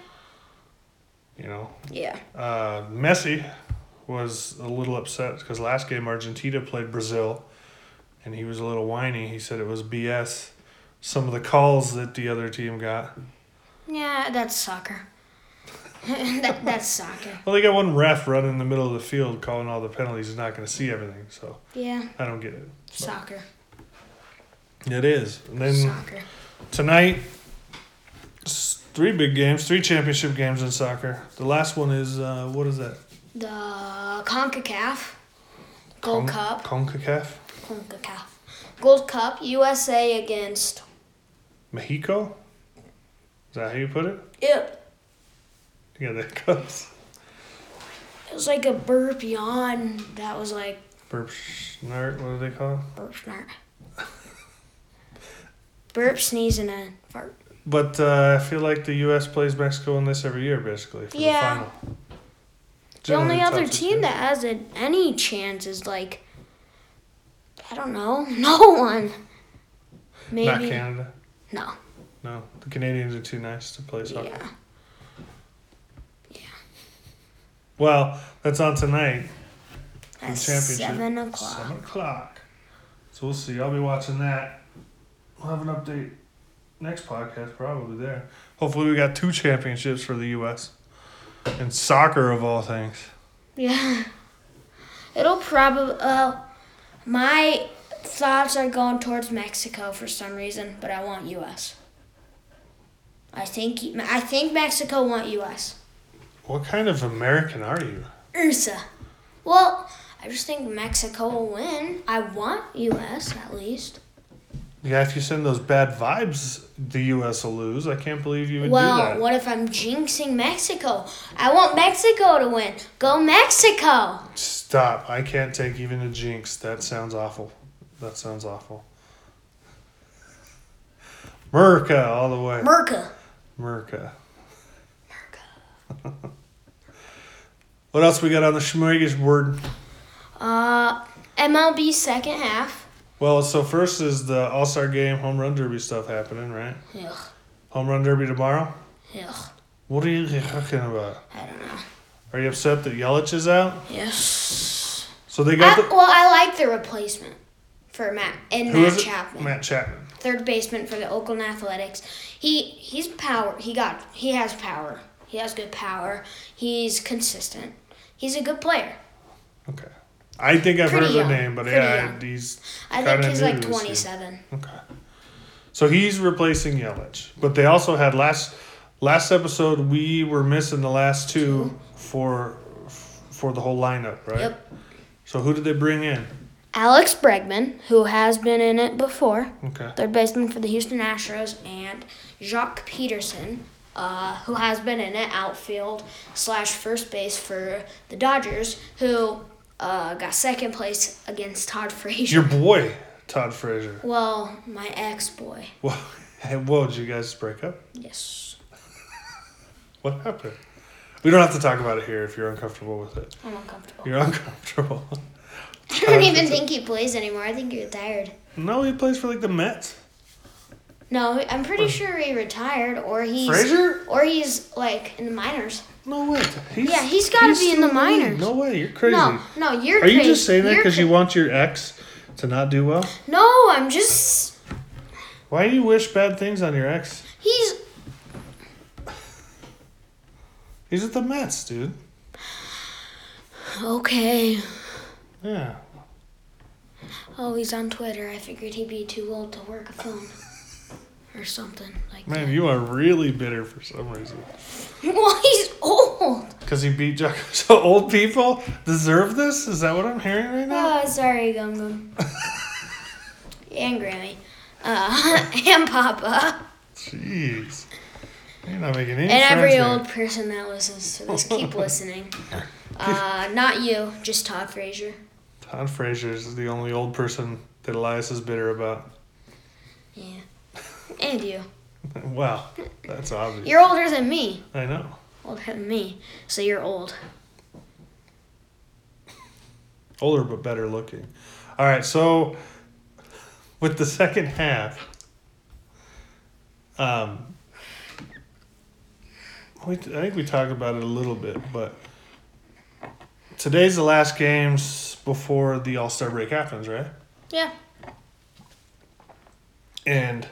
[SPEAKER 3] You know,
[SPEAKER 2] Yeah.
[SPEAKER 3] Uh, Messi was a little upset because last game Argentina played Brazil, and he was a little whiny. He said it was BS. Some of the calls that the other team got.
[SPEAKER 2] Yeah, that's soccer. [laughs] that, that's soccer.
[SPEAKER 3] Well, they got one ref running in the middle of the field calling all the penalties. He's not going to see everything, so
[SPEAKER 2] Yeah,
[SPEAKER 3] I don't get it.
[SPEAKER 2] soccer.
[SPEAKER 3] It is. And then
[SPEAKER 2] Soccer.
[SPEAKER 3] tonight, s- three big games, three championship games in soccer. The last one is uh, what is that?
[SPEAKER 2] The CONCACAF Gold
[SPEAKER 3] Con-
[SPEAKER 2] Cup.
[SPEAKER 3] Concacaf.
[SPEAKER 2] CONCACAF. Gold Cup, USA against.
[SPEAKER 3] Mexico. Is that how you put it?
[SPEAKER 2] Yep.
[SPEAKER 3] Yeah, that comes.
[SPEAKER 2] It was like a burp yawn that was like
[SPEAKER 3] Burp snart, what do they call it?
[SPEAKER 2] burp snort. burp, sneeze, and a fart.
[SPEAKER 3] But uh, I feel like the U.S. plays Mexico in this every year, basically. For
[SPEAKER 2] Yeah.
[SPEAKER 3] The, final.
[SPEAKER 2] The
[SPEAKER 3] Generally
[SPEAKER 2] only other
[SPEAKER 3] tough to
[SPEAKER 2] team
[SPEAKER 3] do.
[SPEAKER 2] that has a, any chance is like. I don't know. [laughs] No one. Maybe.
[SPEAKER 3] Not Canada.
[SPEAKER 2] No.
[SPEAKER 3] No. The Canadians are too nice to play soccer.
[SPEAKER 2] Yeah.
[SPEAKER 3] Well, that's on tonight. in
[SPEAKER 2] At
[SPEAKER 3] championship.
[SPEAKER 2] seven o'clock.
[SPEAKER 3] Seven o'clock. So we'll see. I'll be watching that. We'll have an update next podcast, probably there. Hopefully, we got two championships for the U.S. in soccer, of all things.
[SPEAKER 2] Yeah. It'll probably. Uh, my thoughts are going towards Mexico for some reason, but I want U.S. I think I think Mexico want U.S.
[SPEAKER 3] What kind of American are you?
[SPEAKER 2] Ursa. Well, I just think Mexico will win. I want U.S. at least.
[SPEAKER 3] Yeah, if you send those bad vibes, the U.S. will lose. I can't believe you would do
[SPEAKER 2] Well,
[SPEAKER 3] that.
[SPEAKER 2] what if I'm jinxing Mexico? I want Mexico to win. Go Mexico!
[SPEAKER 3] Stop. I can't take even a jinx. That sounds awful. That sounds awful. Merca all the way.
[SPEAKER 2] Merca.
[SPEAKER 3] Merca. [laughs] What else we got on the smorgasbord?
[SPEAKER 2] Uh, MLB second half.
[SPEAKER 3] Well, so first is the All Star Game home run derby stuff happening, right?
[SPEAKER 2] Ugh,
[SPEAKER 3] Home run derby tomorrow.
[SPEAKER 2] ugh,
[SPEAKER 3] What are you talking about?
[SPEAKER 2] I don't know.
[SPEAKER 3] Are you upset that Yelich is out?
[SPEAKER 2] Yes.
[SPEAKER 3] So they
[SPEAKER 2] I,
[SPEAKER 3] got the
[SPEAKER 2] well, I like the replacement for Matt and
[SPEAKER 3] who
[SPEAKER 2] Matt
[SPEAKER 3] is it?
[SPEAKER 2] Chapman,
[SPEAKER 3] Matt Chapman.
[SPEAKER 2] third baseman for the Oakland Athletics. He he's power. He got he has power. He has good power. He's consistent. He's a good player.
[SPEAKER 3] Okay. I think I've
[SPEAKER 2] Pretty
[SPEAKER 3] heard
[SPEAKER 2] young.
[SPEAKER 3] the name, but
[SPEAKER 2] Pretty
[SPEAKER 3] yeah,
[SPEAKER 2] young.
[SPEAKER 3] he's
[SPEAKER 2] I
[SPEAKER 3] Kinda
[SPEAKER 2] think he's
[SPEAKER 3] new
[SPEAKER 2] like
[SPEAKER 3] this year.
[SPEAKER 2] 27.
[SPEAKER 3] okay. So he's replacing Yelich, but they also had last last episode we were missing the last two for for the whole lineup, right?
[SPEAKER 2] Yep.
[SPEAKER 3] So who did they bring in?
[SPEAKER 2] Alex Bregman, who has been in it before,
[SPEAKER 3] Okay.
[SPEAKER 2] third baseman for the Houston Astros, and Jacques Peterson, uh, who has been in it outfield slash first base for the Dodgers, who uh, got second place against Todd Frazier.
[SPEAKER 3] Your boy Todd Frazier.
[SPEAKER 2] well, my ex boy.
[SPEAKER 3] Whoa, hey, whoa, did you guys break up?
[SPEAKER 2] Yes,
[SPEAKER 3] What happened? We don't have to talk about it here if you're uncomfortable with it.
[SPEAKER 2] I'm uncomfortable.
[SPEAKER 3] You're uncomfortable. [laughs]
[SPEAKER 2] [laughs] I don't even think he plays anymore. I think he retired.
[SPEAKER 3] no, he plays for like the Mets.
[SPEAKER 2] No, I'm pretty sure he retired, or he's
[SPEAKER 3] Frazier?
[SPEAKER 2] or he's like in the minors.
[SPEAKER 3] No way. He's,
[SPEAKER 2] Yeah, he's gotta be in
[SPEAKER 3] still
[SPEAKER 2] the
[SPEAKER 3] league.
[SPEAKER 2] minors.
[SPEAKER 3] No way. You're crazy.
[SPEAKER 2] No, no, you're.
[SPEAKER 3] Are you
[SPEAKER 2] crazy.
[SPEAKER 3] just saying that
[SPEAKER 2] You're
[SPEAKER 3] because
[SPEAKER 2] cra-
[SPEAKER 3] you want your ex to not do well?
[SPEAKER 2] No, I'm just
[SPEAKER 3] Why do you wish bad things on your ex?
[SPEAKER 2] He's
[SPEAKER 3] He's at the Mets, dude.
[SPEAKER 2] okay.
[SPEAKER 3] Yeah.
[SPEAKER 2] Oh, he's on Twitter. I figured he'd be too old to work a phone or something like [laughs]
[SPEAKER 3] Man, you are really bitter for some reason.
[SPEAKER 2] that. Well, he's old. old.
[SPEAKER 3] Because he beat Jocko. [laughs] So old people deserve this? Is that what I'm hearing right now?
[SPEAKER 2] Oh, sorry, Gum Gum. and Grammy. Uh, [laughs] and Papa.
[SPEAKER 3] Jeez. You're not making any
[SPEAKER 2] And every
[SPEAKER 3] friends
[SPEAKER 2] old person that listens to this. Keep listening. Uh, not you, just Todd Frazier.
[SPEAKER 3] here. Todd Frazier is the only old person that Elias is bitter about. [laughs]
[SPEAKER 2] Yeah. And you.
[SPEAKER 3] Wow, that's obvious.
[SPEAKER 2] You're older than me.
[SPEAKER 3] I know.
[SPEAKER 2] Older than me. So you're old.
[SPEAKER 3] Older but better looking. All right, so with the second half, um, we, I think we talked about it a little bit, but today's the last games before the All Star break happens, right?
[SPEAKER 2] Yeah.
[SPEAKER 3] And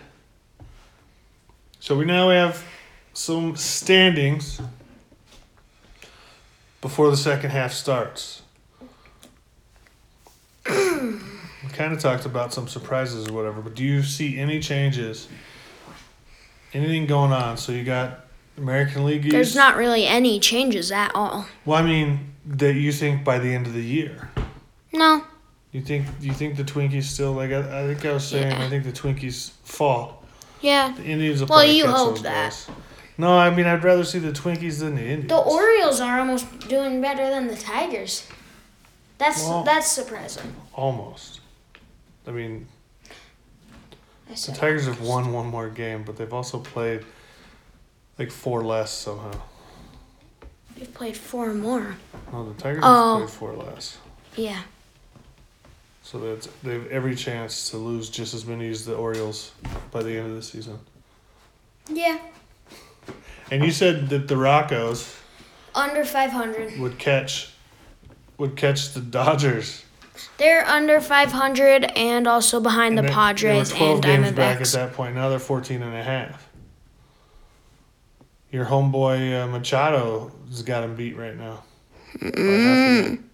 [SPEAKER 3] so we now have some standings before the second half starts. we kind of talked about some surprises or whatever, but do you see any changes? Anything going on? So you got American League East.
[SPEAKER 2] There's not really any changes at all.
[SPEAKER 3] Well, I mean, that you think by the end of the year.
[SPEAKER 2] No.
[SPEAKER 3] You think you think the Twinkies still like I, I think I was saying
[SPEAKER 2] Yeah.
[SPEAKER 3] I think the Twinkies fall.
[SPEAKER 2] Yeah.
[SPEAKER 3] The Indians will
[SPEAKER 2] Well,
[SPEAKER 3] probably
[SPEAKER 2] you
[SPEAKER 3] catch
[SPEAKER 2] hope
[SPEAKER 3] those
[SPEAKER 2] that.
[SPEAKER 3] guys. No, I mean I'd rather see the Twinkies than the Indians.
[SPEAKER 2] The Orioles are almost doing better than the Tigers. That's
[SPEAKER 3] Well-
[SPEAKER 2] that's surprising.
[SPEAKER 3] Almost. I mean,
[SPEAKER 2] I
[SPEAKER 3] the
[SPEAKER 2] said.
[SPEAKER 3] Tigers have won one more game, but they've also played like four less somehow.
[SPEAKER 2] We've played four more.
[SPEAKER 3] No, the Tigers
[SPEAKER 2] Oh.
[SPEAKER 3] have played four less,
[SPEAKER 2] Yeah.
[SPEAKER 3] so that's they've every chance to lose just as many as the Orioles by the end of the season.
[SPEAKER 2] Yeah.
[SPEAKER 3] And you said that the Rocco's
[SPEAKER 2] Under 500.
[SPEAKER 3] would catch, would catch the Dodgers.
[SPEAKER 2] They're under 500 and also behind
[SPEAKER 3] And
[SPEAKER 2] the
[SPEAKER 3] they-
[SPEAKER 2] Padres
[SPEAKER 3] they were 12
[SPEAKER 2] and
[SPEAKER 3] games back at
[SPEAKER 2] Diamondbacks.
[SPEAKER 3] that point. Now they're 14 and a half. Your homeboy uh, Machado's got him beat right now. By half a game.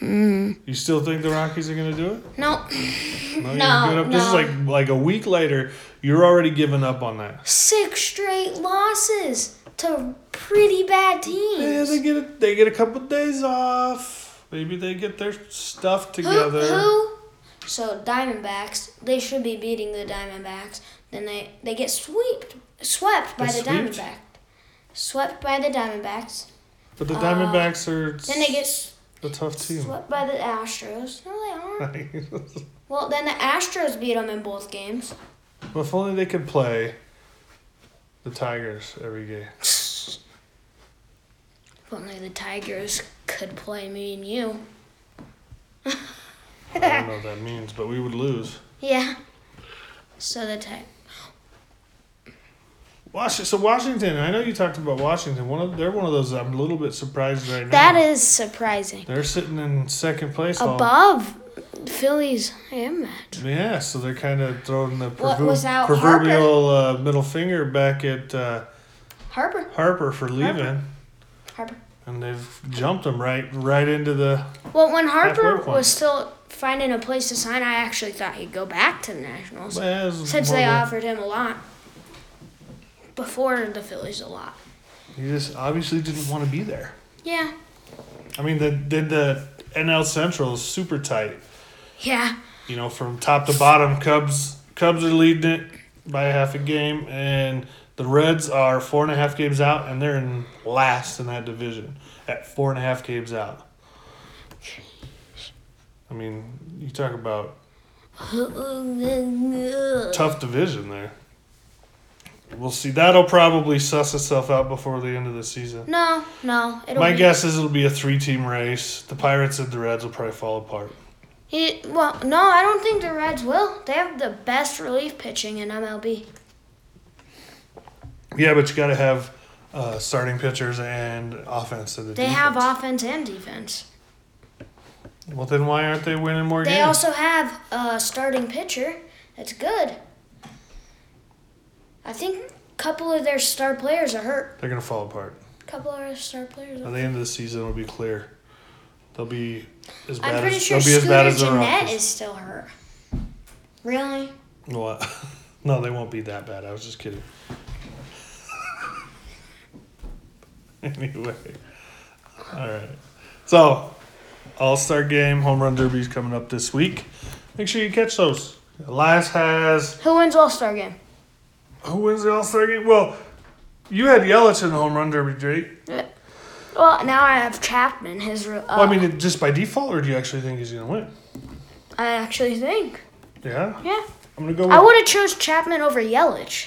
[SPEAKER 2] Mm-hmm.
[SPEAKER 3] You still think the Rockies are going to do it?
[SPEAKER 2] Nope.
[SPEAKER 3] No, you're
[SPEAKER 2] No,
[SPEAKER 3] giving up- This is
[SPEAKER 2] Mm-hmm. no.
[SPEAKER 3] like like a week later. You're already giving up on that.
[SPEAKER 2] Six straight losses to pretty bad
[SPEAKER 3] Yeah,
[SPEAKER 2] teams.
[SPEAKER 3] they get a, they get a couple days off. Maybe they get their stuff
[SPEAKER 2] who,
[SPEAKER 3] together.
[SPEAKER 2] who? So Diamondbacks, they should be beating the Diamondbacks. Then they they get swept swept by
[SPEAKER 3] They
[SPEAKER 2] the
[SPEAKER 3] sweeped?
[SPEAKER 2] Diamondbacks. Swept by the Diamondbacks.
[SPEAKER 3] But the Diamondbacks are
[SPEAKER 2] Then they get s-
[SPEAKER 3] a tough team. [laughs]
[SPEAKER 2] swept by the Astros. No, they aren't.
[SPEAKER 3] well,
[SPEAKER 2] Well, then the Astros beat them in both games.
[SPEAKER 3] if only they could play the Tigers every game.
[SPEAKER 2] If only the Tigers could play me and you. [laughs]
[SPEAKER 3] I don't know what that means, but we would lose.
[SPEAKER 2] Yeah. So the Tigers.
[SPEAKER 3] Wash so Washington. I know you talked about Washington. One of they're one of those I'm a little bit surprised right now.
[SPEAKER 2] That is surprising.
[SPEAKER 3] they're sitting in second place. all-
[SPEAKER 2] Above Phillies and Mets.
[SPEAKER 3] yeah, so they're kind of throwing the
[SPEAKER 2] What,
[SPEAKER 3] proverb-
[SPEAKER 2] without
[SPEAKER 3] proverbial uh, middle finger back at uh,
[SPEAKER 2] Harper.
[SPEAKER 3] Harper for leaving,
[SPEAKER 2] Harper.
[SPEAKER 3] and they've jumped him right right into the.
[SPEAKER 2] Well, when
[SPEAKER 3] Halfway
[SPEAKER 2] Harper
[SPEAKER 3] point.
[SPEAKER 2] was still finding a place to sign, I actually thought he'd go back to the Nationals
[SPEAKER 3] well, it was
[SPEAKER 2] since
[SPEAKER 3] more
[SPEAKER 2] they
[SPEAKER 3] of a-
[SPEAKER 2] offered him a lot before the Phillies a lot.
[SPEAKER 3] He just obviously didn't want to be there.
[SPEAKER 2] Yeah.
[SPEAKER 3] I mean, the the, the NL Central is super tight.
[SPEAKER 2] Yeah.
[SPEAKER 3] you know, from top to bottom, Cubs Cubs are leading it by a half a game, and the Reds are four and a half games out, and they're in last in that division at four and a half games out. I mean, you talk about tough division there. We'll see. That'll probably suss itself out before the end of the season.
[SPEAKER 2] No, no. It'll
[SPEAKER 3] My
[SPEAKER 2] be,
[SPEAKER 3] guess is it'll be a three-team race. The Pirates and the Reds will probably fall apart.
[SPEAKER 2] He, well, no, I don't think the Reds will. They have the best relief pitching in MLB.
[SPEAKER 3] Yeah, but you got to have uh, starting pitchers and offense to the
[SPEAKER 2] They have offense and defense.
[SPEAKER 3] Well, then why aren't they winning more
[SPEAKER 2] They
[SPEAKER 3] games?
[SPEAKER 2] also have a starting pitcher that's good. I think a couple of their star players are hurt.
[SPEAKER 3] They're gonna fall apart.
[SPEAKER 2] A couple of their star players.
[SPEAKER 3] By
[SPEAKER 2] Are
[SPEAKER 3] the end of the season, it'll be clear. They'll be as bad
[SPEAKER 2] I'm pretty
[SPEAKER 3] as
[SPEAKER 2] sure
[SPEAKER 3] they'll be as
[SPEAKER 2] Scooter
[SPEAKER 3] bad as the
[SPEAKER 2] Jeanette
[SPEAKER 3] Rockies.
[SPEAKER 2] is still hurt. Really?
[SPEAKER 3] What? [laughs] no, they won't be that bad. I was just kidding. [laughs] anyway. All right. So, All Star Game Home Run Derby is coming up this week. Make sure you catch those. Elias has.
[SPEAKER 2] Who wins All Star game?
[SPEAKER 3] Who wins the All Star Game? Well, you had Yelich in the Home Run Derby, Jake.
[SPEAKER 2] Uh, Well, now I have Chapman. His. re- Uh,
[SPEAKER 3] Well, I mean, it- just by default, or do you actually think he's going to win?
[SPEAKER 2] I actually think.
[SPEAKER 3] Yeah?
[SPEAKER 2] Yeah.
[SPEAKER 3] I'm going to go with.
[SPEAKER 2] I would have chose Chapman over Yelich.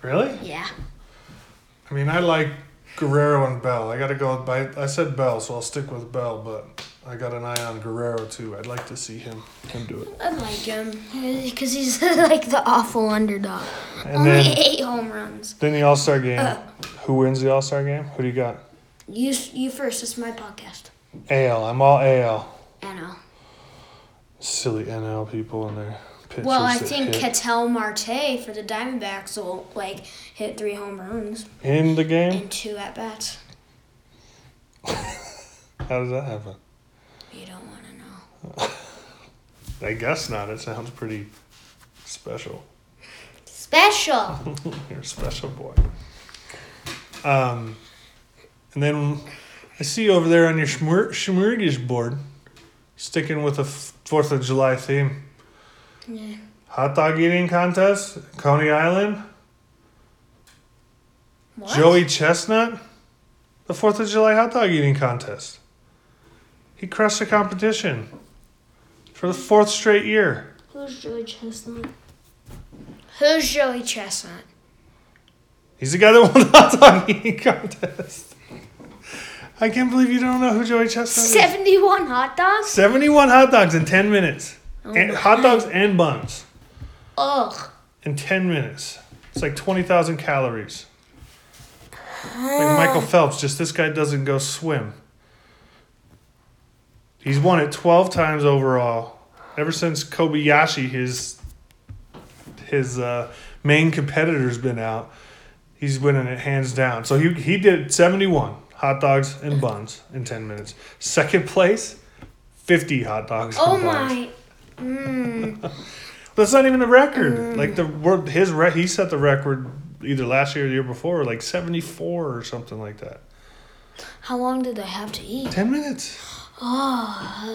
[SPEAKER 3] really?
[SPEAKER 2] Yeah.
[SPEAKER 3] I mean, I like Guerrero and Bell. I got to go with. By, I said Bell, so I'll stick with Bell, but I got an eye on Guerrero, too. I'd like to see him, him do it.
[SPEAKER 2] I like him [laughs] because he's [laughs] like the awful underdog.
[SPEAKER 3] And
[SPEAKER 2] Only
[SPEAKER 3] then,
[SPEAKER 2] [laughs] eight home runs.
[SPEAKER 3] then the All
[SPEAKER 2] Uh.
[SPEAKER 3] Star Game. Who wins the All Star Game? Who do you got?
[SPEAKER 2] You you first. It's my podcast.
[SPEAKER 3] AL. I'm all AL.
[SPEAKER 2] I know.
[SPEAKER 3] Silly NL people in their pitchers.
[SPEAKER 2] Well, I
[SPEAKER 3] that
[SPEAKER 2] think
[SPEAKER 3] hit
[SPEAKER 2] Cattell Marte for the Diamondbacks will like hit three home runs
[SPEAKER 3] in the game.
[SPEAKER 2] and two at bats.
[SPEAKER 3] How does that happen?
[SPEAKER 2] You don't want to know.
[SPEAKER 3] I guess not. It sounds pretty special.
[SPEAKER 2] Special.
[SPEAKER 3] [laughs] You're a special boy. Um, and then I see over there on your Schmur- Schmurgish board, sticking with the f- Fourth of July theme.
[SPEAKER 2] Yeah.
[SPEAKER 3] Hot dog eating contest, Coney Island,
[SPEAKER 2] What?
[SPEAKER 3] Joey Chestnut, the Fourth of July hot dog eating contest. He crushed the competition for the fourth straight year.
[SPEAKER 2] Who's Joey Chestnut? Who's Joey Chestnut?
[SPEAKER 3] He's the guy that [laughs] won the hot dog eating contest. I can't believe you don't know who Joey Chestnut is.
[SPEAKER 2] Seventy-one hot dogs.
[SPEAKER 3] 71 hot dogs in 10 minutes.
[SPEAKER 2] Oh
[SPEAKER 3] and
[SPEAKER 2] my.
[SPEAKER 3] hot dogs and buns
[SPEAKER 2] Ugh.
[SPEAKER 3] in 10 minutes. It's like 20,000 calories. Like
[SPEAKER 2] [sighs]
[SPEAKER 3] Michael Phelps, just this guy doesn't go swim. He's won it 12 times overall. Ever since Kobayashi, his his uh, main competitor's been out, he's winning it hands down. So he, he did 71 hot dogs and buns in 10 minutes. Second place, 50 hot dogs.
[SPEAKER 2] Oh
[SPEAKER 3] and buns.
[SPEAKER 2] my. Mm.
[SPEAKER 3] That's not even a record. Like the world, his re- he set the record either last year or the year before, like seventy four or something like that.
[SPEAKER 2] How long did I have to eat?
[SPEAKER 3] Ten minutes.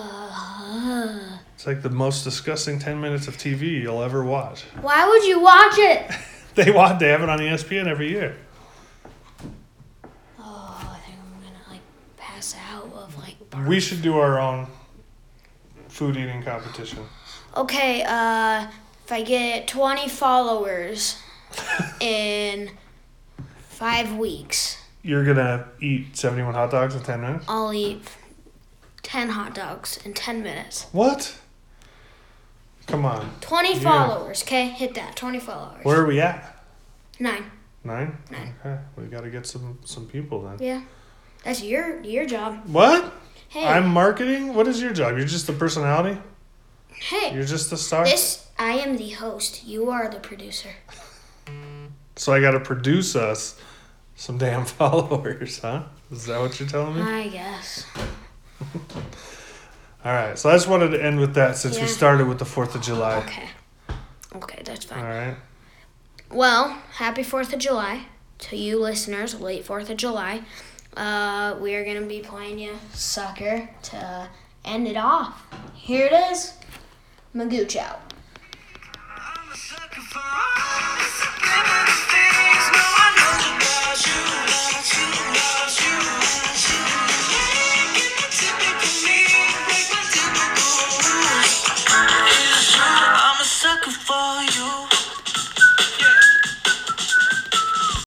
[SPEAKER 2] Oh.
[SPEAKER 3] It's like the most disgusting ten minutes of TV you'll ever watch. [laughs]
[SPEAKER 2] Why would you watch it?
[SPEAKER 3] They watch. They have it on E ESPN every year.
[SPEAKER 2] Oh, I think I'm gonna like pass out of like.
[SPEAKER 3] We should do our own food eating competition.
[SPEAKER 2] Okay, uh, if I get 20
[SPEAKER 3] [laughs]
[SPEAKER 2] followers in five weeks,
[SPEAKER 3] You're gonna eat seventy one hot dogs in ten minutes.
[SPEAKER 2] I'll eat 10 hot dogs in 10 minutes.
[SPEAKER 3] What? Come on.
[SPEAKER 2] 20
[SPEAKER 3] Yeah.
[SPEAKER 2] followers, okay? Hit that. 20 followers.
[SPEAKER 3] Where are we at?
[SPEAKER 2] Nine.
[SPEAKER 3] Nine.
[SPEAKER 2] Nine.
[SPEAKER 3] Okay. We gotta get some some people then.
[SPEAKER 2] Yeah. That's your your job.
[SPEAKER 3] What?
[SPEAKER 2] Hey,
[SPEAKER 3] I'm marketing. What is your job? You're just the personality.
[SPEAKER 2] hey.
[SPEAKER 3] You're just the star.
[SPEAKER 2] This I am the host. You are the producer.
[SPEAKER 3] So I got to produce us some damn [laughs] followers, huh? Is that what you're telling me?
[SPEAKER 2] I guess.
[SPEAKER 3] All right. So I just wanted to end with that since we
[SPEAKER 2] Yeah.
[SPEAKER 3] started with the Fourth of July.
[SPEAKER 2] Okay. Okay, that's fine.
[SPEAKER 3] All right.
[SPEAKER 2] Well, happy 4th of July to you listeners, late 4th of July. Uh, we are going to be playing you Sucker to end it off. Here it is Magooch out.
[SPEAKER 1] I'm a sucker for all the subliminal things. No, I know about you, about you,